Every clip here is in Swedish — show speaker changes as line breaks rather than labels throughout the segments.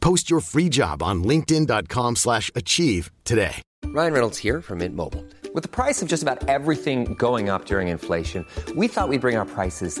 Post your free job on linkedin.com/achieve slash achieve today.
Ryan Reynolds here from Mint Mobile. With the price of just about everything going up during inflation, we thought we'd bring our prices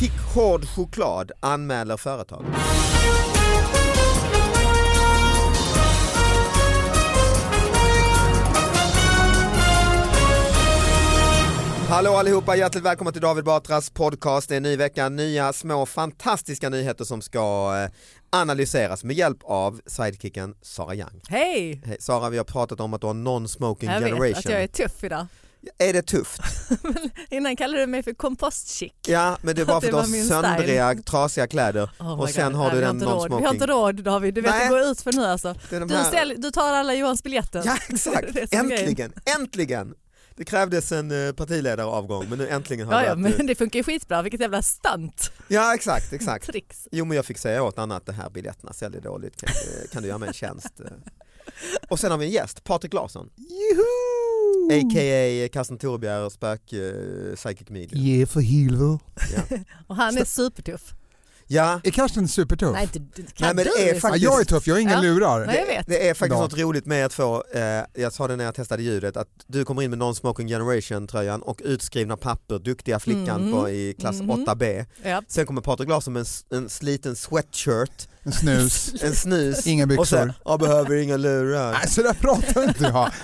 Fick hård choklad anmäler företag. Hallå allihopa, hjärtligt välkomna till David Batras podcast. Det är en ny vecka, nya små fantastiska nyheter som ska eh, analyseras med hjälp av sidekicken Sara Young.
Hej!
Hej, Sara, vi har pratat om att du har non-smoking
Jag
generation.
vet att jag är tuff idag.
Är det tufft?
Innan kallade du mig för kompostchick.
Ja, men det är bara
Att
för
det
att du har
var min
söndriga, trasiga kläder
Oh
och
my
sen
God.
har
Nej,
du
vi
den
inte råd.
non-smoking.
Vi har inte råd David, du vet
Nej.
det går ut för nu alltså.
Det är de
Du,
här-
sälj, du tar alla Johans biljetter.
Ja,
Det är
exakt.
som grejen.
Äntligen, äntligen. Det krävdes en eh, partiledaravgång men nu äntligen har
Ja,
vi
ja,
att
men
du...
det funkar ju skitbra, vilket jävla stunt.
Ja, exakt, exakt.
Tricks.
Jo, men jag fick säga åt Anna att det här biljetterna säljer dåligt, kan, eh, kan du göra mig en tjänst? eh? Och sen har vi en gäst, Patrik Larsson. Juhu! A.k.a. Karsten Torebjer, spök eh, psychic media.
Ja, för helvete.
Och han är supertuff.
Ja,
Är Karsten supertuff?
Nej, inte, inte kan
nej men det är
du.
Ja,
faktiskt
jag är tuff, jag är ingen
Ja.
lurar.
Nej, jag vet.
Det är faktiskt
Ja.
något roligt med att få, eh, jag sa det när jag testade ljudet, att du kommer in med Non-Smoking Generation-tröjan och utskrivna papper, duktiga flickan
Mhm.
på, i klass
Mhm.
8B.
Ja.
Sen kommer Patrik Larsson med en, s- en sliten sweatshirt,
En snus,
en snus
inga
och så
byxor.
jag behöver inga lurar.
Nej, så där pratar inte jag.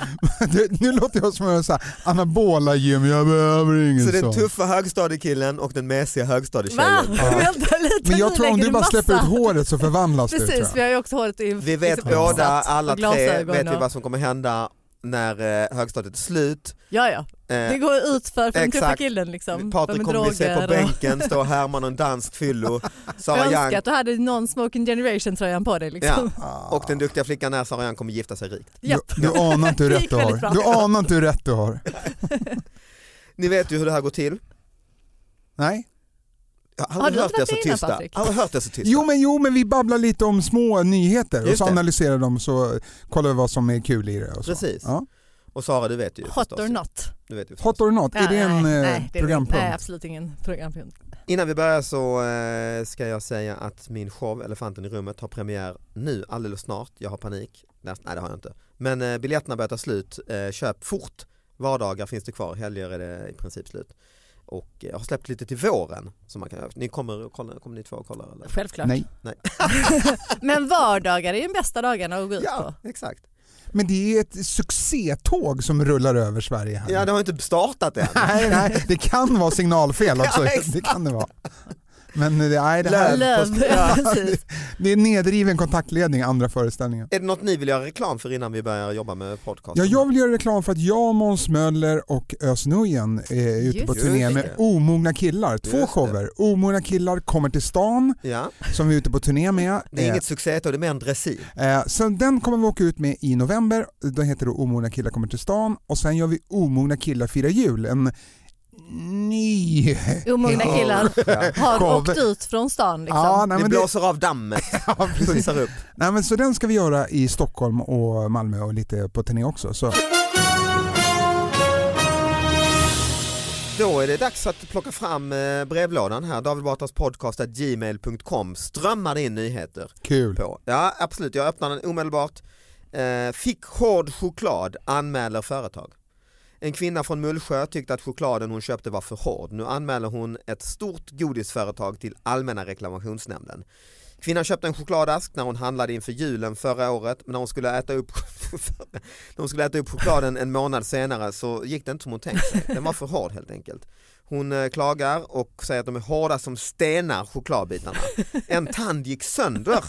Du, nu låter jag som en sån här anabola gym, jag behöver ingen
Så den
sån.
tuffa högstadiekillen och den mesiga
Va?
högstadietjejen.
Vänta lite,
Men jag
nu
tror om
lägger
du bara
massa.
släpper ut håret så förvandlas du tror
Precis, vi
jag.
har ju också håret i
Vi vet
liksom
båda,
uppsatt
alla
och
tre,
glasögon
vet vi
och-
vad som kommer hända när eh, högstadiet är slut.
Ja, ja.
Eh,
Det går ut för, för den tuffa
Exakt.
killen liksom.
Patrik
Med
kommer vi se på
droger och-
bänken, stå och härma någon dansk fyllo. Sara
Jag
Young
önskar att du hade någon smoking generation tröjan på dig. Liksom.
Ja.
Ah.
Och den duktiga flickan är Sara Young kommer gifta sig rikt.
Du,
Japp.
du anar inte hur
Det
rätt
gick
du
väldigt bra.
har. Du anar inte hur rätt du har.
Ni vet ju hur det här går till.
Nej?
Jag har
Har
aldrig
du
hört er
inte varit
så
med innan,
tysta.
Patrik?
Jag har aldrig hört er så tysta.
Jo men, jo men vi babblar lite om små nyheter och
Just
så
det.
analyserar de så kollar vi vad som är kul i det. Och så.
Precis.
Ja.
Och Sara du vet ju
Hot
förstås.
or not.
Du vet ju förstås.
Hot or not, är det
Ja,
en
nej,
eh,
nej, det är-
programpunkt?
Nej, absolut ingen programpunkt.
Innan vi börjar så eh, ska jag säga att min show Elefanten i rummet har premiär nu alldeles snart. Jag har panik. Nej nej, det har jag inte. Men eh, biljetterna börjar ta slut. Eh, köp fort. Vardagar finns det kvar. Helger är det i princip slut. Och eh, jag har släppt lite till våren. Som man kan, ni kommer, och kolla, kommer ni två och kollar eller?
Självklart.
Nej.
Men vardagar är ju de bästa dagarna att gå ut på.
Ja exakt.
Men det är ett succétåg som rullar över Sverige här.
Ja det har inte startat än.
Nej, nej, det kan vara signalfel också.
Ja, exakt.
det kan det vara. Men eh, nej, det, här,
Löv. Ja, precis.
det är nedriven kontaktledning i andra föreställningen.
Är det något ni vill göra reklam för innan vi börjar jobba med podcast?
Ja, jag vill göra reklam för att jag, Måns Möller och Özz Nujen är ute
Just
på
det.
turné
Just
med
det.
Omogna killar.
Just det.
Två shower. Omogna killar kommer till stan
Ja,
som vi är ute på turné med.
det är inget succétåg, det är mer en dressin.
Eh, så den kommer vi åka ut med i november. Den heter då Omogna killar kommer till stan och sen gör vi Omogna killar firar jul. En ny...
Omogna killar har
Show.
åkt ut från stan. Liksom.
Ja, nej,
Ni
men det,
blåser av dammet,
ja, precis.
pussar upp.
Nej, men så den ska vi göra i Stockholm och Malmö och lite på turné också. Så.
Då är det dags att plocka fram eh, brevlådan här, David Batras podcast at gmail.com. Strömmar det in nyheter.
Kul.
På. Ja, absolut. Jag öppnar den omedelbart. Eh, fick hård choklad, anmäler företag. En kvinna från Mullsjö tyckte att chokladen hon köpte var för hård. Nu anmäler hon ett stort godisföretag till Allmänna reklamationsnämnden. Kvinnan köpte en chokladask när hon handlade inför julen förra året men när hon skulle äta upp, när hon skulle äta upp chokladen en månad senare så gick det inte som hon tänkt sig. Den var för hård helt enkelt. Hon eh, klagar och säger att de är hårda som stenar chokladbitarna. En tand gick sönder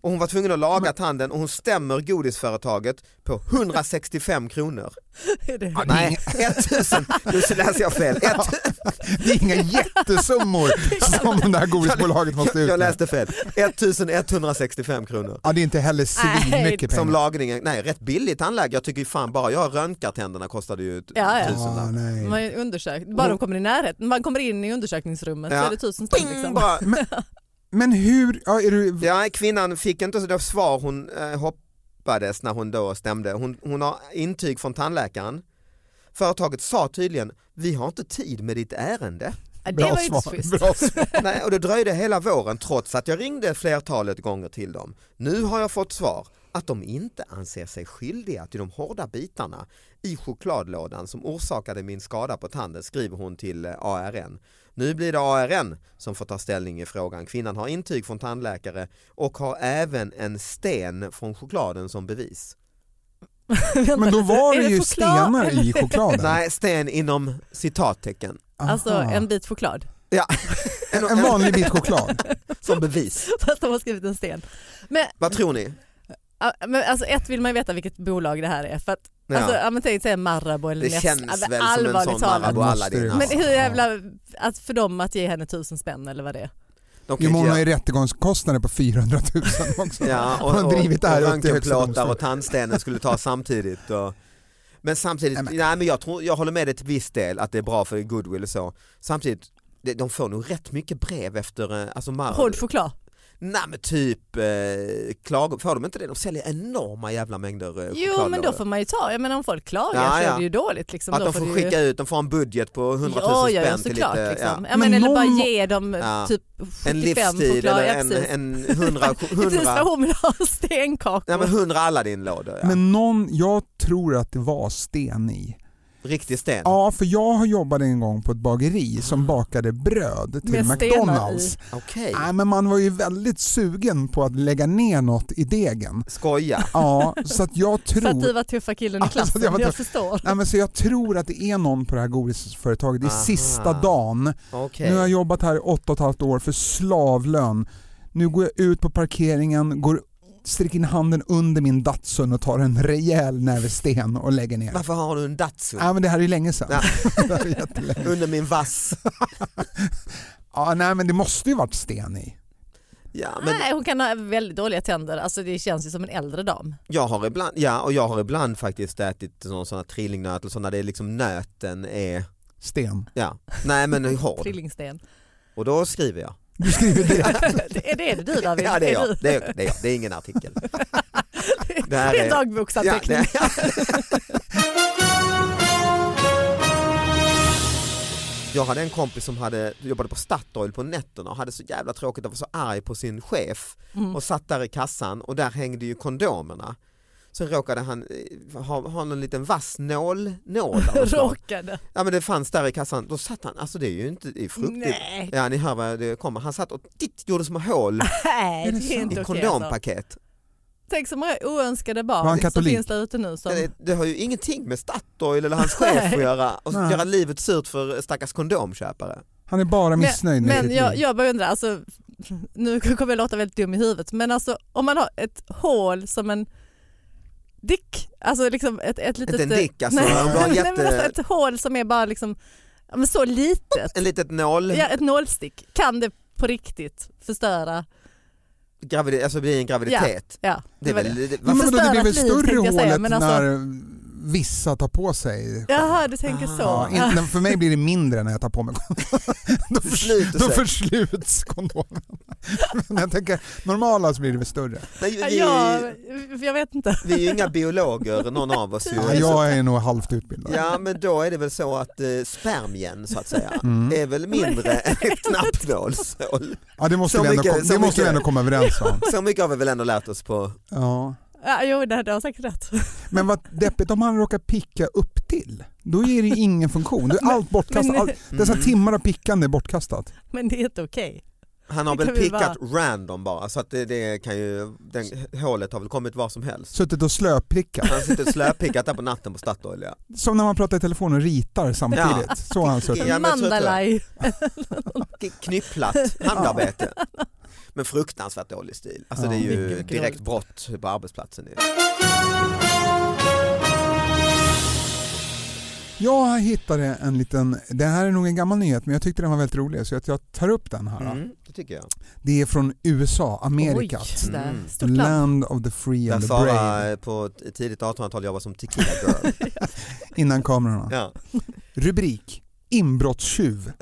och hon var tvungen att laga tanden och hon stämmer godisföretaget på 165 kronor.
Är det?
Nej, 1000, nu så läser jag fel. Ett,
Det är inga jättesummor som det här godisbolaget måste ut
jag
med.
läste fel. 1165 kronor.
Ja, det är inte heller svinmycket
Som
pengar.
lagningen, nej rätt billig tandläkare. Jag tycker ju fan bara jag röntgar tänderna kostade ju ett
Ja, ja.
tusen
Ah,
där.
nej.
Man är undersökt. Bara de kommer i närheten, man kommer in i undersökningsrummet så
Ja.
är det tusen spänn.
Ping,
Liksom.
bara.
Men hur, ja, är du,
Ja, kvinnan fick inte så det svar hon eh, hoppades när hon då stämde. Hon, hon har intyg från tandläkaren. Företaget sa tydligen, vi har inte tid med ditt ärende.
Ja, det
bra
var ju inte så schysst.
svar. Bra svar.
Nej, och det dröjde hela våren trots att jag ringde flertalet gånger till dem. Nu har jag fått svar att de inte anser sig skyldiga till de hårda bitarna i chokladlådan som orsakade min skada på tanden, skriver hon till eh, ARN. Nu blir det ARN som får ta ställning i frågan. Kvinnan har intyg från tandläkare och har även en sten från chokladen som bevis.
Men då var det
Är det
ju
choklad?
stenar i chokladen.
Nej, sten inom citattecken.
Alltså
Aha.
en bit choklad.
Ja,
En, en vanlig bit choklad.
som bevis.
Fast de har skrivit en sten. Men,
Vad tror ni?
ja, men alltså ett vill man ju veta vilket bolag det här är för att
Ja.
alltså, ja, men tänk säga Marabou eller
Det
Nest.
känns
Ja, men
väl som en
allvarligt
sån
talat.
Marabou Aladdin.
Måste
Men
det.
alltså.
hur jävla, att för dem att ge henne tusen spänn eller vad det är.
De kan
Jo, men
inte
hon
göra-
har ju rättegångskostnader på 400 000 också.
Ja,
Hon har drivit det här
och
upp till högsta
röntgenplåtar och
domstolen.
tandstenen skulle ta samtidigt. Och, men samtidigt, nej, men jag, tror, jag håller med dig till viss del att det är bra för goodwill och så. Samtidigt, det- de får nog rätt mycket brev efter, eh, alltså Mar-
Hård choklad.
Nej men typ eh, klago, får de inte det? De säljer enorma jävla mängder eh,
Jo men då får man ju ta, jag menar om folk klagar
Ja,
så
ja.
är det ju dåligt. Liksom.
Att
då
de får
det ju-
skicka ut, de får en budget på 100 000
Ja,
spänn
ja, ja
till
såklart.
lite,
liksom.
ja.
ja.
Men
men, eller bara
någon må-
ge dem
Ja.
typ
en
75
livsstil
choklad.
eller
ja,
en,
precis.
en 100,
Det är
100,
så hon vill ha stenkakor.
ja, men 100 Aladdin-lådor. Ja.
Men någon, jag tror att det var sten i.
Riktig sten.
Ja, för jag har jobbat en gång på ett bageri som bakade bröd till
Med stenar
McDonalds.
Okej,
Nej, men man var ju väldigt sugen på att lägga ner något i degen.
skoja.
Ja, så att jag
För att du
tror...
var tuffa killen i
Alltså,
klassen,
jag var
jag,
tuff.
förstår.
Nej, men så jag tror att det är någon på det här godisföretaget. Det är
Aha.
sista dagen.
Okej.
Nu har jag jobbat här i åtta och ett halvt år för slavlön. Nu går jag ut på parkeringen, går sträcker in handen under min Datsun och tar en rejäl näve sten och lägger ner.
Varför har du en Datsun?
Ja, men det här är ju länge sedan.
Ja.
det här är jättelänge.
Under min vass.
Ja, nej, men det måste ju varit sten i.
Ja, men
Nej, hon kan ha väldigt dåliga tänder, alltså, det känns ju som en äldre dam.
jag har ibland, ja, och jag har ibland faktiskt ätit sån- såna trillingnöt eller såna där det är liksom nöten är,
Sten.
ja, nej men är hård.
Trillingsten.
Och då skriver jag.
Du skriver direkt.
Det är det du David?
Ja det är
du?
jag, det är, det är, jag. Det är ingen artikel. Det här
Det är en
är- Ja,
dagboksanteckning.
det, jag hade en kompis som hade, jobbade på Statoil på nätterna och hade så jävla tråkigt och var så arg på sin chef
Mm.
och satt där i kassan och där hängde ju kondomerna. Sen råkade han eh, ha, ha någon liten vass nål, nål av något slag.
Råkade.
Ja men det fanns där i kassan, då satt han, alltså det är ju inte, det är fruktigt.
Nej.
Ja ni hör vad det kommer, han satt och titt, gjorde små hål
Nej,
Är det
det är
sant?
inte
i
okej. Alltså.
kondompaket.
Tänk så många oönskade
Var han
barn som
katolik?
finns där ute nu. Som...
Det, det har ju ingenting med Statoil eller hans chef att göra och
Nej.
göra livet surt för stackars kondomköpare.
Han är bara missnöjd med
men
sitt
jag,
liv.
jag bara undrar, alltså, nu kommer jag låta väldigt dum i huvudet, men alltså om man har ett hål som en dick, alltså liksom ett, ett litet...
Inte en dick alltså,
nej,
om du har
nej, men alltså
jätte,
ett hål som är bara liksom, ja, men så litet,
en litet nål,
ja, ett nålstick, kan det på riktigt förstöra?
gravid, alltså blir en graviditet.
Ja,
Det är väl, det,
Ja, men vadå, det blir väl
förstörat liv,
större
tänkte jag säga,
hålet
men alltså-
när vissa tar på sig
Jaha, du tänker så.
Ja, Ah, inte- nej, för mig blir det mindre när jag tar på mig kondomen. då, förs-
Försluter
då
sig.
försluts kondomen. Men jag tänker, normala så blir det väl större.
Nej, vi,
Ja, jag vet inte.
vi är ju inga biologer någon av oss. Ju.
Ja, jag är nog halvt utbildad.
Ja men då är det väl så att eh, spermien så att säga
Mm.
är väl mindre än ett knappnålshål.
Ja, det måste,
Så
vi ändå,
mycket-
kom-
så
det måste vi
mycket-
ändå komma överens om.
Så mycket har vi väl ändå lärt oss på.
Ja.
Ja, jo, det, det har säkert rätt.
Men vad deppigt om han råkar picka upp till. Då ger det ju ingen funktion. Då är allt bortkastat.
men-
All, dessa
Mm.
timmar av pickande är bortkastat.
Men det är inte okej.
Han har
Det
väl
kan vi
pickat random bara så att det, det kan ju, den, hålet har väl kommit var som helst.
Suttit och slöprickat.
Han sitter och slöpickat där på natten på Statoil ja.
Som när man pratar i telefon och ritar samtidigt. Så har han suttit.
Ja, men så tror jag.
Mandalay.
K- Knypplat handarbete. Men fruktansvärt dålig stil. Alltså
Ja.
det är ju
Mycket, mycket
direkt brott på arbetsplatsen. ju.
Jag hittade en liten, det här är nog en gammal nyhet men jag tyckte den var väldigt rolig så att jag tar upp den här.
Mm, det tycker jag.
Det är från USA, Amerika.
Oj, det där.
Mm.
Stort land.
Land of the free
Där
and the brave.
Sara på t- tidigt 1800-tal jobbade som tequila girl.
Innan kamerorna.
Ja.
Rubrik Inbrottstjuv.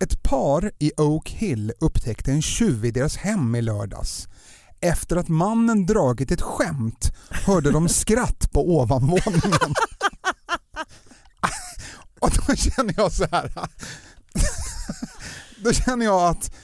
Ett par i Oak Hill upptäckte en tjuv i deras hem i lördags. Efter att mannen dragit ett skämt hörde de skratt på ovanvåningen. Och då känner jag så här. Då känner jag att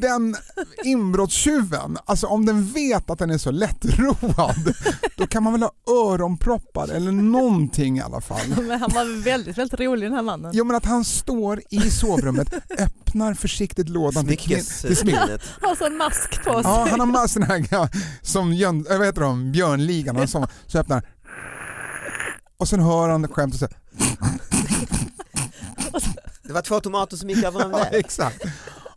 den inbrottstjuven, alltså om den vet att den är så lättroad, då kan man väl ha öronproppar eller någonting i alla fall.
Men han var väldigt, väldigt rolig den här mannen.
Jo men att han står i sovrummet, öppnar försiktigt lådan till kvin- till smink.
Smyckesvinet.
Har så en mask på sig.
Ja, han har med sig den här gamla- som Jön, äh, vad heter de, Björnligan, och så, så öppnar han. och sen hör han skämt och så,
Det var två tomater som gick över en
ja,
väg.
exakt.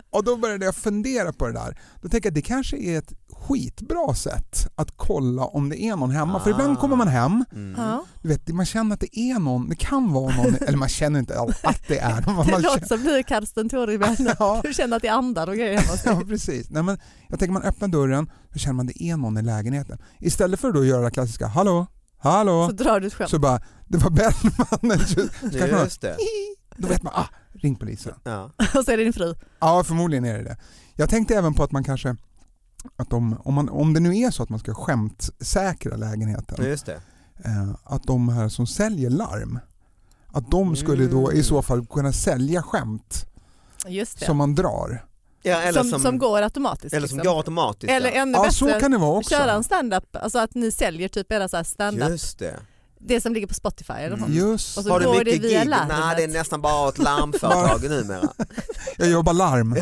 Och då började jag fundera på det där. Då tänker jag att det kanske är ett skitbra sätt att kolla om det är någon hemma. För ibland kommer man hem,
Ah. Ja.
du vet, man känner att det är någon, det kan vara någon, eller man känner inte att det är någon.
Det
man
låter som du Karsten Torgby.
Ja.
Du känner att det andar och grejer hemma hos dig.
Ja, precis. Nej, men jag tänker man öppnar dörren så känner man det är någon i lägenheten. Istället för då att göra det klassiska hallå, hallå,
Så drar du ett skämt.
så bara det var Bellmannen. Så kanske man-
Just det.
Då vet man, ah, ring polisen.
Ja.
Och så är det din fru.
Ja, förmodligen är det det. Jag tänkte även på att man kanske, att om, om, man, om det nu är så att man ska skämtsäkra lägenheten,
Ja, just det.
eh, att de här som säljer larm, att de skulle då
Mm.
i så fall kunna sälja skämt
Just det.
som man drar.
Ja, eller
som, som, går automatiskt.
eller som
liksom.
går automatiskt.
eller
ja.
ännu
Ja,
bättre,
så kan det vara
köra
också.
en stand-up. Alltså att ni säljer typ era så här stand-up.
Just det.
Det som ligger på Spotify eller något.
Just
Och så
Har du
går det
mycket
via
gig?
larmet.
Nej, det är nästan bara ett larmföretag numera.
jag jobbar larm.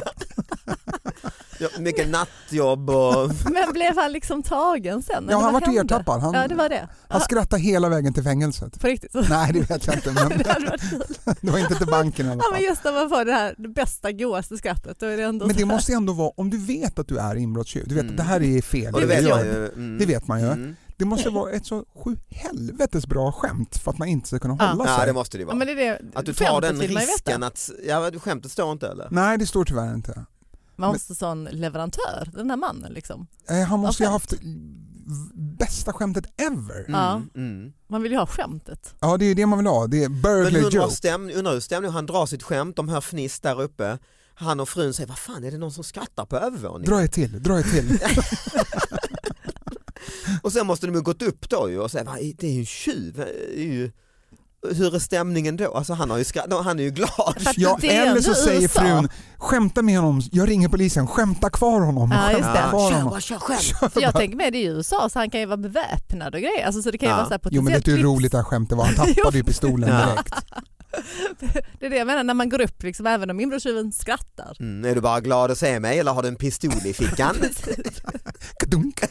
Ja, Mycket nattjobb och
Men blev han liksom tagen sen?
Ja,
eller
han
vad
vart
hände?
ertappad. Han-
Ja, det var det.
Han skrattar hela vägen till fängelset.
På riktigt.
Nej, det vet jag inte. Men
Det hade varit kul.
det var inte till banken i alla
Ja, men
fall.
just när man får det här det bästa, godaste skrattet. Då är det ändå
Men
så
det
här.
måste ändå vara, om du vet att du är inbrottstjuv, du vet
Mm.
att det här är fel.
Och det
jag
vet
gör.
man ju. Mm.
Det vet man ju.
Mm.
Det måste vara ett så sju helvetes bra skämt för att man inte ska kunna
Ja.
hålla sig.
Ja det måste det ju
Ja,
vara.
men det är det.
Att du tar
Skämtet
den
vill man ju veta.
risken att, ja du skämtet står inte eller? Mm.
Nej, det står tyvärr inte.
Man måste sån leverantör, den här mannen liksom.
Eh, Han måste ju ha
Vad
haft bästa skämtet ever.
Ja.
Mm.
Man vill ju ha skämtet.
Ja, det är ju det man vill ha. Det är
Men
burglar
undrar
joke.
stäm, undrar hur stämningen, han drar sitt skämt, de hör fniss där uppe. Han och frun säger, vad fan är det någon som skrattar på övervåningen?
Dra ett till, dra ett till.
Och sen måste de ju gått upp då ju och säga, "Va, det är ju en tjuv. det är ju- Hur är stämningen då? Alltså han, har ju skratt, han är ju glad.
Fast
Ja,
det är
eller så
ändå
säger
USA.
frun, skämta med honom, jag ringer polisen, skämta kvar honom.
Ja, just
skämta
det.
kvar
Kör
honom.
bara, kör själv.
För jag tänker med det är ju USA så han kan ju vara beväpnad och grejer. Alltså, så det kan ju
Ja.
vara så här
Jo men vet
potentiellt
du hur
tips.
roligt det här skämtet var? Han tappade ju pistolen
Ja.
direkt.
Det är det jag menar när man går upp liksom, även om inbrottstjuven skrattar.
Mm, är du bara glad att se mig eller har du en pistol i fickan?
Kadunk.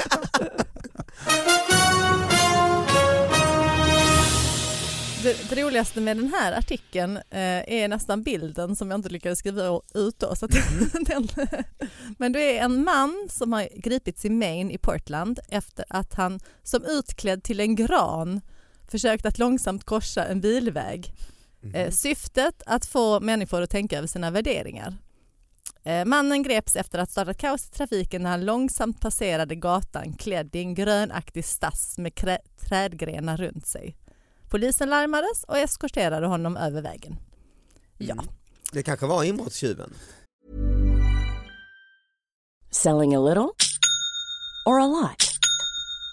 Det, det roligaste med den här artikeln eh, är nästan bilden som jag inte lyckades skriva ut då. Så att den, men det är en man som har gripits i Maine i Portland efter att han som utklädd till en gran försökt att långsamt korsa en bilväg. Eh, syftet att få människor att tänka över sina värderingar. Eh, mannen greps efter att ha startat kaos i trafiken när han långsamt passerade gatan klädd i en grönaktig stass med krä- trädgrenar runt sig. Polisen larmades och eskorterade honom över vägen. Ja,
Det kanske var inbrottstjuven.
Selling a little or a lot?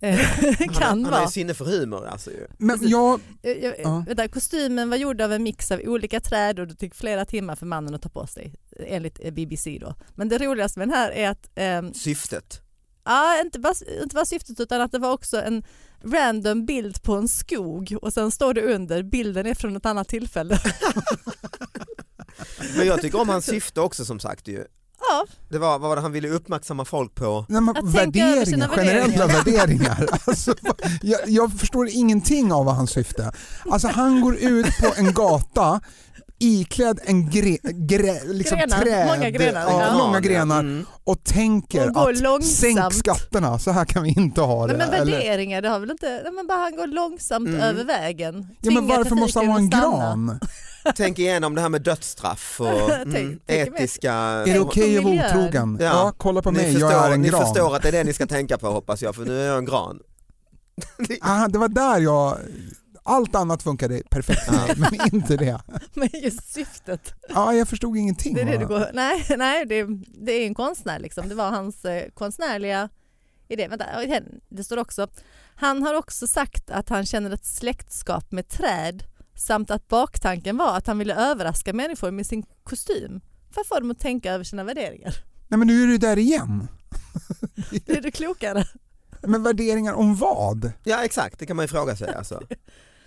Eh,
kan
han, han har
vara.
ju sinne för humor alltså ju.
Men jag,
Jag, jag,
Ja.
vänta, kostymen var gjord av en mix av olika träd och det tog flera timmar för mannen att ta på sig enligt eh, BBC då. Men det roligaste med den här är att, ehm,
Syftet.
ja inte bara, inte bara syftet utan att det var också en random bild på en skog och sen står det under, bilden är från ett annat tillfälle.
Men jag tycker om hans syfte också som sagt ju.
ja,
Det var, vad var det han ville uppmärksamma folk på?
nej, men
Att tänka över sina
värderingar, generella värderingar. Alltså, jag, jag förstår ingenting av vad hans syfte är. Alltså han går ut på en gata iklädd en gre, gre, liksom
Grenar,
träd,
många grenar,
ja,
ja.
många grenar
Mm.
och tänker
Och går
att
långsamt.
sänk skatterna, så här kan vi inte ha det.
nej, men
eller- Mm.
värderingar det har väl inte, nej, men bara han går långsamt över vägen.
ja, men
Tvingar
varför måste han ha en
trafiken att stanna.
gran?
Tänk igenom det här med dödsstraff och
Tänk-
mm,
tänk med.
etiska...
Är det
på
okej att vara
miljön.
otrogen? Ja. kolla på
ni
mig,
förstår,
jag är en
Ni
gran.
förstår att det är det ni ska tänka på hoppas jag, för nu är jag en gran.
Ah, det var där jag... Allt annat funkade perfekt för mig, men inte det.
Men just syftet.
Ja, jag förstod ingenting.
Det är det
av
du går, nej, nej det, det är en konstnär liksom. Det var hans eh, konstnärliga idé. Vänta, oj, hen- det står också. Han har också sagt att han känner ett släktskap med träd samt att baktanken var att han ville överraska människor med sin kostym för att få dem att tänka över sina värderingar.
Nej men nu är du där igen.
Blir du klokare?
Men värderingar om vad?
Ja exakt, det kan man ju fråga sig alltså.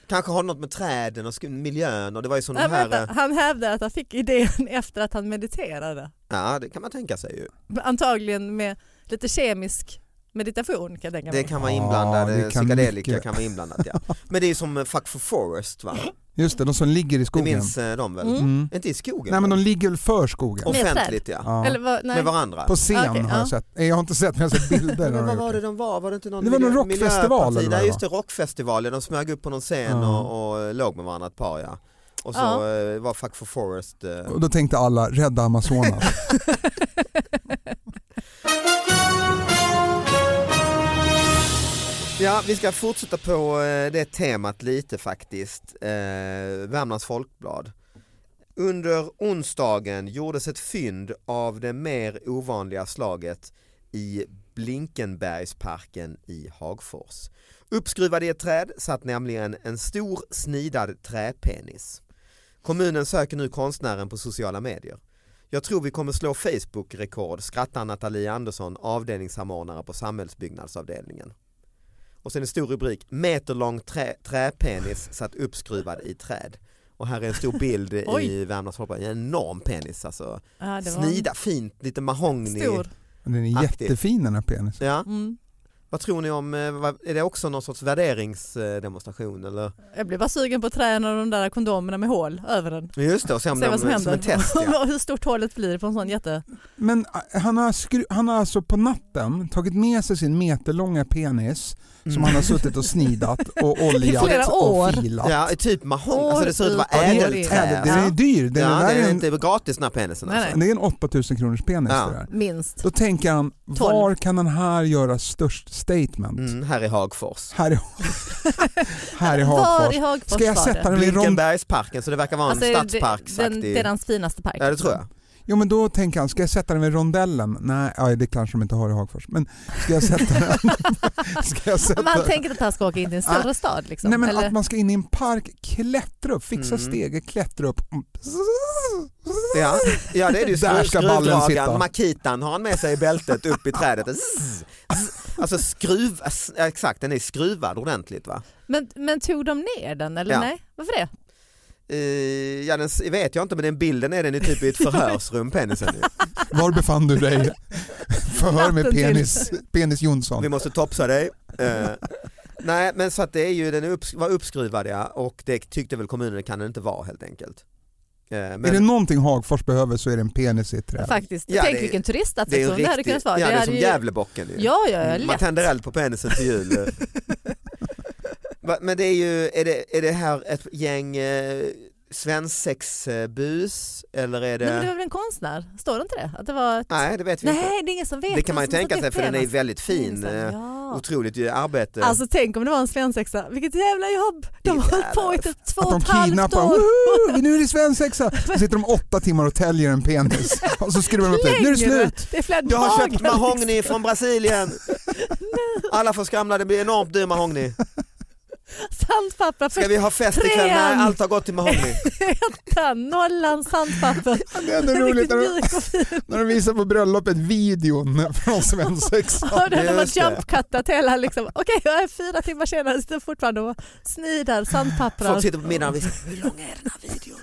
Kanske har något med träden och sk- miljön och det var ju som de
Nej,
här...
vänta,
eh,
han hävdar att han fick idén efter att han mediterade.
Ja det kan man tänka sig ju.
Antagligen med lite kemisk meditation kan jag tänka
Det
mig.
kan vara
Ja,
inblandade,
det kan
psykedelika
mycket.
kan vara inblandat ja. Men det är ju som eh, Fuck for Forest va?
Just det, de som ligger i
Det
skogen.
minns eh, de väl?
Mm.
Inte i skogen?
Nej men de
väl?
ligger väl för skogen?
Och- Med
Offentligt ja.
Ja.
Eller vad, nej.
Med varandra.
På scen
Okej,
har jag
ja.
sett. Nej, Jag har inte sett men jag har sett bilder.
Men
när de
vad var
har
det
gjort
de var? Var det inte någon
Det var någon
miljö-
rockfestival
miljöparti?
eller vad det
Nej just det,
var?
rockfestival. ja, De smög upp på någon scen
Ja.
och, och låg med varandra ett par ja. Och så
Ja.
eh, var Fuck for Forest eh,
Och då tänkte alla, rädda Amazonas.
Ja, vi ska fortsätta på eh, det temat lite faktiskt. Eh, Värmlands Folkblad. Under onsdagen gjordes ett fynd av det mer ovanliga slaget i Blinkenbergsparken i Hagfors. Uppskruvad i ett träd satt nämligen en stor snidad träpenis. Kommunen söker nu konstnären på sociala medier. Jag tror vi kommer slå Facebook-rekord, skrattar Nathalie Andersson, avdelningssamordnare på samhällsbyggnadsavdelningen. Och sen en stor rubrik, meterlång trä, träpenis satt uppskruvad i träd. Och här är en stor bild i
Oj.
Värmlands Folkblad, en enorm penis alltså.
Ja, det var en
Snida, fint, lite mahogny.
Stor.
Den är
Aktiv.
jättefin den här penisen.
Ja.
Mm.
Vad tror ni om, eh, vad- är det också någon sorts värderingsdemonstration eller?
Jag blev bara sugen på att träna de där kondomerna med hål över den.
Just det, och se om
Se
de,
vad som
som,
händer.
en test. Ja.
Hur stort hålet blir på en sån jätte...
Men eh, han har, skru- han har alltså på natten tagit med sig sin meterlånga penis
Mm.
som han har suttit och snidat och oljat
flera
och
år.
filat.
Ja, typ mahogny, alltså det ser ut att
År
vara
ut och
ädelträ.
in.
Den Äh, är
Ja.
dyr, den
Ja,
där
det
är
är
en,
inte gratis den här penisen
Nej,
alltså.
det är en 8000 kronors penis
Ja.
det där.
Minst.
Då tänker han,
Tolv.
var kan han här göra störst statement?
Mm, här i Hagfors.
Här, i, här i
Var
Hagfors.
i Hagfors
Ska jag
var det?
sätta den vid rond...
Blinkenbergsparken, så det verkar vara en
Alltså, det, den,
stadsparksaktig...
det är hans finaste park.
Ja det tror jag.
Jo men då tänker han, ska jag sätta den vid rondellen? Nej, ja, det kanske de inte har i Hagfors. Men ska jag sätta den? ska jag sätta
Men han tänker att han ska åka in till en större stad liksom?
Nej men
eller?
att man ska in i en park, klättra upp, fixa
Mm.
steget, klättra upp.
Ja, ja det är det ju.
Där ska ballen
Skruvdragaren,
sitta.
Makitan har han med sig i bältet upp i trädet. Zzz, zzz. Alltså skruv, s- exakt den är skruvad ordentligt va?
men, men tog de ner den eller
Ja.
nej? Varför det?
Eh, ja den s- vet jag inte men den bilden är den ju typ i ett förhörsrum penisen. ju.
Var befann du dig? Förhör med
Natten till.
penis, penis Jonsson.
Vi måste topsa dig. Eh, nej men så att det är ju, den är upps- var uppskruvad ja och det tyckte väl kommunen det kan den inte vara helt enkelt. Eh, men
Är det någonting Hagfors behöver så är det en penis i ett träd.
Faktiskt.
Ja,
Tänk
det-
vilken
det är
turistattraktion
en
det, hade
riktig,
kunnat vara.
ja det är
hade
som
ju-
Djävulebocken ju. Mm.
Ja, ja, ja,
Man
lätt.
tänder eld på penisen till jul. Va, Men det är ju, är det, är det här ett gäng eh, svensexbus eller är det?
Nej, men det var väl en konstnär? Står det inte det? Att det var...
Nej det vet vi inte.
Nej, det är ingen som vet.
Det kan man ju
vem som har
tänka
fått
sig
upp
för den är ju
penisen.
väldigt fin.
Penisen,
eh,
Ja.
Otroligt ju arbete.
Alltså tänk om det var en svensexa. Vilket jävla jobb. De har
Vilket
hållit på i
jävla-
typ två
Att
och
de
ett halvt
kidnappar,
år.
Woho! nu är det svensexa. Så sitter de åtta timmar och täljer en penis och så skriver de upp det, nu är det
Längre.
slut.
Det är flera
jag har
dagar,
köpt mahogny från Brasilien. Alla får skramla, det blir enormt dyr mahogny.
liksom. Sandpapper,
Ska vi ha fest ikväll? Nej,
Trean.
allt har gått till mahogny.
ettan, nollan, sandpapper.
Det är ändå roligt
Riktigt
när de,
mjuk och fin.
när de visar på bröllopet videon från svensexan.
Och den har man
Just det.
jumpcuttat hela liksom. Okej, jag är fyra timmar senare sitter fortfarande och snidar
Folk
sandpapprar.
sitter på middagen och visar, hur lång är den här videon?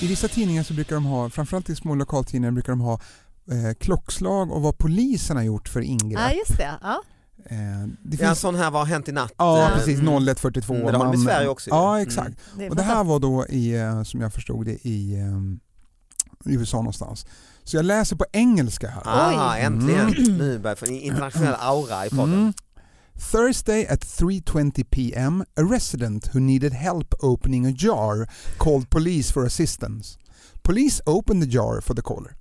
I vissa tidningar så brukar de ha, framförallt i små lokaltidningar brukar de ha eh, klockslag och vad polisen har gjort för ingrepp.
Ja, just det. Ja.
Eh, det
Ja, en
finns,
sån här, vad har hänt i natt?
ja,
Eh,
precis, 01.42.
Mm, men det har de i
man-
Sverige också ju.
Ja,
Mm.
exakt.
Det är
Och det här var då i, eh, som jag förstod det, i eh, USA någonstans. Så jag läser på engelska här.
Ah,
Oj. Mm.
äntligen. Nu börjar jag få en internationell aura i podden.
Mm. Thursday at 3.20 p.m. a resident who needed help opening a jar called police for assistance. Police opened the jar for the caller.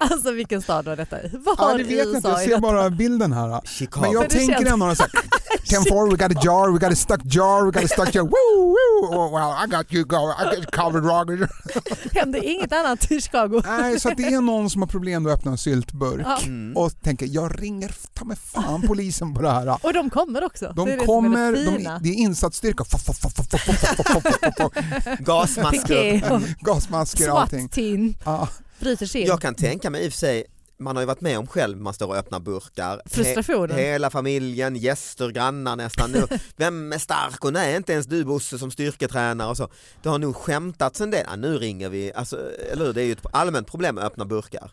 Alltså vilken stad var detta i? Var
Ja, Ah, det
i
vet jag inte,
USA
jag
är
ser
detta?
bara bilden här.
Chicago.
Men jag
Men det känns-
tänker ändå några så här, Ten four, we got a jar, we got a stuck jar, we got a stuck jar, woo, woo, oh, well I got you go, I got you covered Roger.
Hände inget annat i Chicago?
Nej, så att det är någon som har problem att öppna en syltburk
Ja.
Mm.
och tänker jag ringer ta mig fan polisen på det här.
Och de kommer också.
De
det är det som är
kommer,
det
de,
fina.
det är insatsstyrka. Fa, fa, fa, fa, fa, fa, fa, fa, fa, fa, fa.
Mm.
Gasmasker.
Piqué och
Gasmasker och allting.
SWAT-team
Ja,
bryter sig in.
Jag kan tänka mig i och för sig, man har ju varit med om själv man står och öppnar burkar.
Frustrationen.
He- hela familjen, gäster, grannar nästan. Nu, Vem är stark och nej inte ens du Bosse som styrketränare och så. Det har nog skämtats en del, ja, nu ringer vi, alltså, eller hur? Det är ju ett allmänt problem att öppna burkar.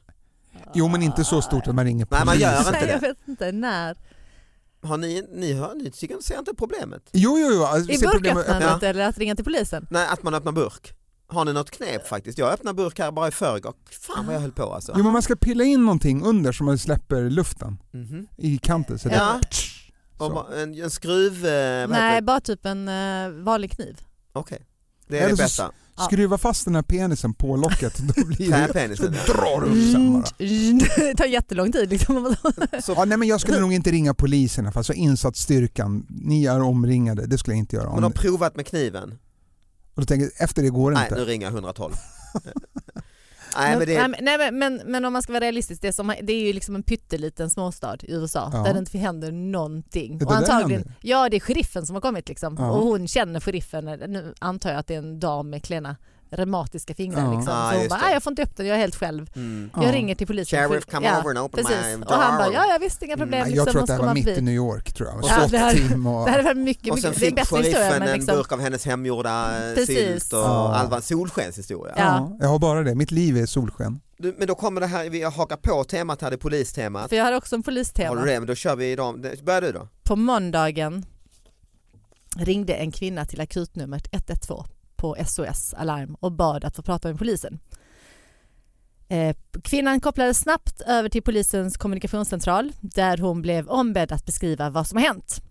jo men inte så stort att man ringer
Nej, man gör
polisen.
inte
Nej,
det.
jag vet inte när.
Har ni, ni, hör, ni tycker, ser inte problemet?
Jo, jo, jo. alltså,
I
ser problemet-
burköppnandet eller att ringa till polisen?
Nej, att man öppnar burk. Har ni något knep faktiskt? Jag öppnar burk här bara i förrgår. Fan vad jag höll på alltså.
Jo men man ska pilla in någonting under så man släpper luften
Mhm.
i kanten. Så det-
Ja.
Så.
Och bara en, en skruv, eh, vad heter
Nej,
det?
bara typ en eh, vanlig kniv.
Okej, det är
Eller
det
så-
bästa.
Ja.
Skruva fast den här penisen på locket. Då blir det,
Träpenisen. ja.
drar upp sen bara.
Det tar jättelång tid. Liksom.
Ja, nej, men jag skulle nog inte ringa polisen i alla fall. Så insatsstyrkan, ni är omringade. Det skulle jag inte göra.
Men de har
Om,
provat med kniven.
och då tänker jag, efter det går det
Nej,
inte.
nu ringer jag 112. Nej, men
nej,
det,
men- nej, men, men, men om man ska vara realistisk, det är, som, det är ju liksom en pytteliten småstad i USA
Ja.
där det inte händer någonting.
det
och
där
antagligen,
händer?
ja, det är sheriffen som har kommit liksom.
Ja.
och hon känner sheriffen, nu antar jag att det är en dam med klena reumatiska fingrar.
Ja.
Liksom.
Ah,
så hon
just
bara,
det.
"Ah, jag får inte upp den, jag är helt själv.
mm.
Ja.
Jag ringer till polisen.
Sheriff, come
ja,
over and open my
precis.
door.
Och han bara, ja, ja visst, inga problem.
Nej,
liksom,
jag tror att det
måste
här var
komma
mitt i
förbi."
New York tror jag.
Ja, det här-
SWAT-team och...
Det här var mycket,
Och sen
mycket det är en
fick
bättre historia.
sheriffen
Men
en
liksom,
burk av hennes hemgjorda eh,
Precis.
sylt och
Ja.
all var en solskenshistoria.
Ja.
Ja, jag har bara det. Mitt liv är solsken.
Du, Men då kommer det här, vi hakar på temat här, det är polistemat.
för jag hade också en
Har du
polistema.
det? Men då kör vi idag. Börjar du då?
På måndagen ringde en kvinna till akutnumret 112 på SOS Alarm och bad att få prata med polisen. Eh, Kvinnan kopplades snabbt över till polisens kommunikationscentral där hon blev ombedd att beskriva vad som har hänt.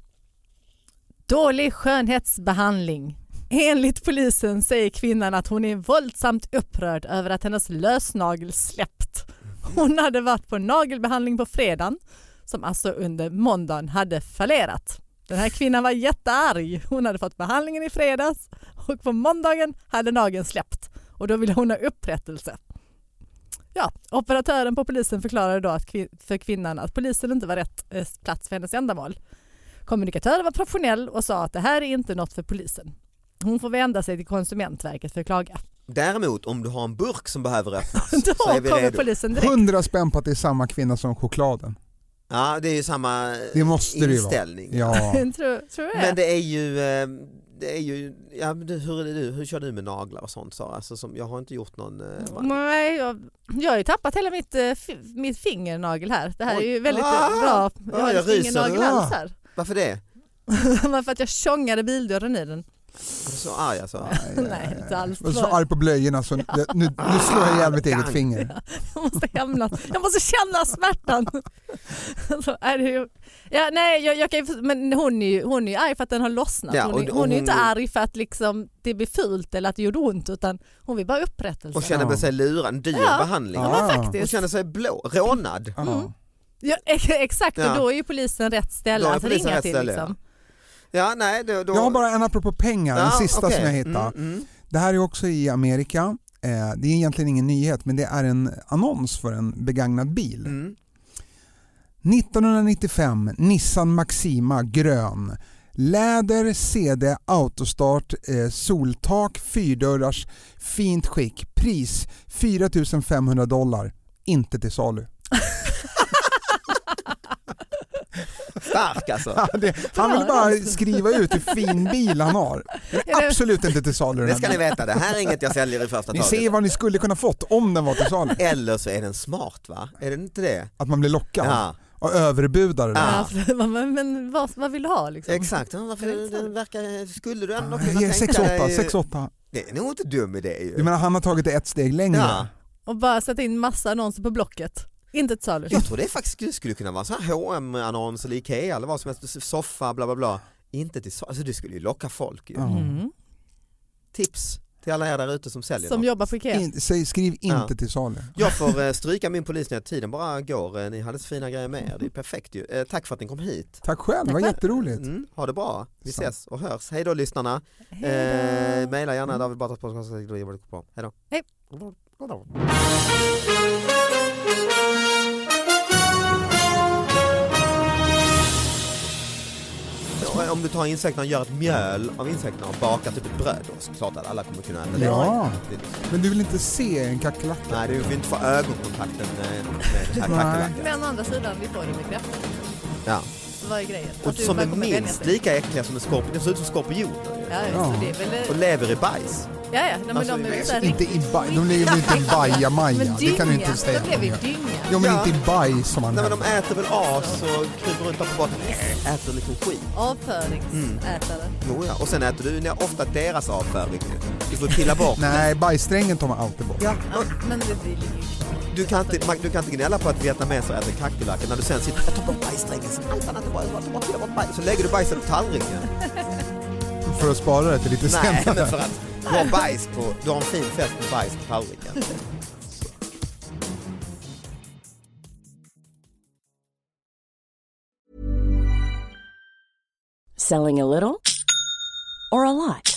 Dålig skönhetsbehandling. Enligt polisen säger kvinnan att hon är våldsamt upprörd över att hennes lösnagel släppt. Hon hade varit på en nagelbehandling på fredagen som alltså under måndagen hade fallerat. Den här kvinnan var jättearg. Hon hade fått behandlingen i fredags och på måndagen hade nageln släppt och då ville hon ha upprättelse. Ja, operatören på polisen förklarade då att kvin- för kvinnan att polisen inte var rätt eh, plats för hennes ändamål. Kommunikatören var professionell och sa att det här är inte något för polisen. Hon får vända sig till Konsumentverket för att klaga.
Däremot om du har en burk som behöver öppnas
Då
så är vi
kommer
redo.
polisen direkt.
100 spänn på att det är samma kvinna som chokladen.
Ja, det är ju samma
Det måste det ju vara.
inställning.
Ja.
tror, tror jag.
Men det är ju, eh, det är ju ja, men du, hur, är det du, hur kör du med naglar och sånt Sara? Alltså, som, jag har inte gjort någon...
Mm.
eh, vad-
Nej, jag, jag har ju tappat hela mitt, eh, fi- mitt fingernagel här. Det här
Oj.
är ju väldigt
Ah!
eh, bra.
Ah,
Jag har
jag
jag
ryser.
ingen nagel
Ah.
alls här.
Varför det?
Men för att jag tjongade bildörren i den.
Är du så arg alltså?
Nej, inte alls.
Jag var så arg på blöjorna så det- nu, nu slår jag ihjäl mitt eget
Dang.
finger.
Jag måste hämnas. Jag måste känna smärtan. Så är det ju. Ja, nej, jag, jag kan ju, för- men hon är, ju, hon är ju arg för att den har lossnat.
Ja,
hon,
och
är,
det-
hon,
och
är ju
hon-
inte arg för att liksom, det blir fult eller att det gjorde ont utan hon vill bara ha upprättelse.
Och känner sig lurad, en dyr
Ja.
behandling.
Ja, men
Hon
faktiskt.
känner sig blå, rånad.
Ja.
Ja, ex- exakt,
Ja.
och då är ju polisen rätt ställe
Då är
att
polisen
ringa
rätt
till.
ställe,
liksom.
Ja, nej, då, då...
Jag har bara en apropå pengar, den
Ja,
sista
okej.
som jag hittade.
Mm, mm.
Det här är också i Amerika. Eh, Det är egentligen ingen nyhet men det är en annons för en begagnad bil.
Mm.
1995 Nissan Maxima grön. Läder, CD, autostart, eh, soltak, fyrdörrars, fint skick. Pris 4 500 dollar. Inte till salu.
Stark alltså.
Ja, det- Han vill bara skriva ut hur fin bil han har. Den
Är
är
det-
absolut inte till salu. den
Det
här
ska ni
bilen.
veta, det här är inget jag säljer i första
Ni ser
taget.
vad ni skulle kunna fått om den var till salu.
Eller så är den smart va? Är den inte det?
Att man blir lockad
Ja.
och överbudar det där.
Ja.
Ja, men men vad, vad vill du ha liksom?
Exakt, ja, varför den verkar, skulle du ändå kunna
Jag ger
tänka
6-8,
dig-
6-8.
Det är nog inte dum idé ju.
Du menar Mm. han har tagit det ett steg längre?
Ja.
Och bara sätta in massa annonser på Blocket. Inte ett salu.
Jag tror det faktiskt skulle kunna vara så här hm annons eller Ikea eller vad som helst, soffa bla bla bla. Inte till so- alltså du skulle ju locka folk ju.
Ja.
Mm.
Tips till alla er där ute som säljer
Som
något.
jobbar på Ikea.
In, säg, skriv inte
Ja.
till salu.
Jag får eh, stryka min polisnät, tiden bara går. Eh, Ni hade så fina grejer med er, det är perfekt ju. Eh, Tack för att ni kom hit.
Tack själv, det var jätteroligt.
Mm, ha det bra, vi
Så.
ses och hörs. Hej då lyssnarna. Eh, Maila gärna David Batra Hej då.
Hej.
Ja, Eh, Om du tar insekterna och gör ett mjöl av insekterna och bakar typ ett bröd då så klart att alla kommer kunna äta det.
Ja.
Det-
Men du vill inte se en kackerlacka?
Nej, du får inte få ögonkontakten med, med den här
Nej.
kackerlackan.
Men å andra sidan, vi får det med kräftor.
Ja.
Så Vad är grejen?
Och
Att du
som
bara
är
kommer vänja
minst
sig.
lika äckliga som en skorpion. De ser ut som skorpioner ju.
Ja,
Ja.
ja. Så det är väl,
Och lever i bajs.
ja, ja. Nej, men
Alltså,
de är
det är
väl så här
Inte i baj, de lever ju inte i bajamaja,
Men
det
dynga,
kan du inte säga.
de lever i
att de gör.
dynga.
Jo men
Ja.
inte i baj som man
Nej men de
hävdar.
äter väl as och kryper runt där på botten. Äter liksom skit.
Avföringsätare.
Jo, ja. Och sen äter du när- ofta deras avföring. Du får pilla bort.
Nej, bajssträngen tar man alltid bort.
Ja,
Ja, men det blir ju
du, kan inte, man- du kan inte gnälla på att vietnameser äter kackerlackor när du sen sitter och tar bort bajssträngen. Så allt annat är bra, jag tar bort- pilla bort bajs. Så lägger du bajset på tallriken.
För att spara det till lite
Nej, men
senare.
för att du har, bajs på, du har en fin fest med bajs på tallriken.
Selling a little or a lot?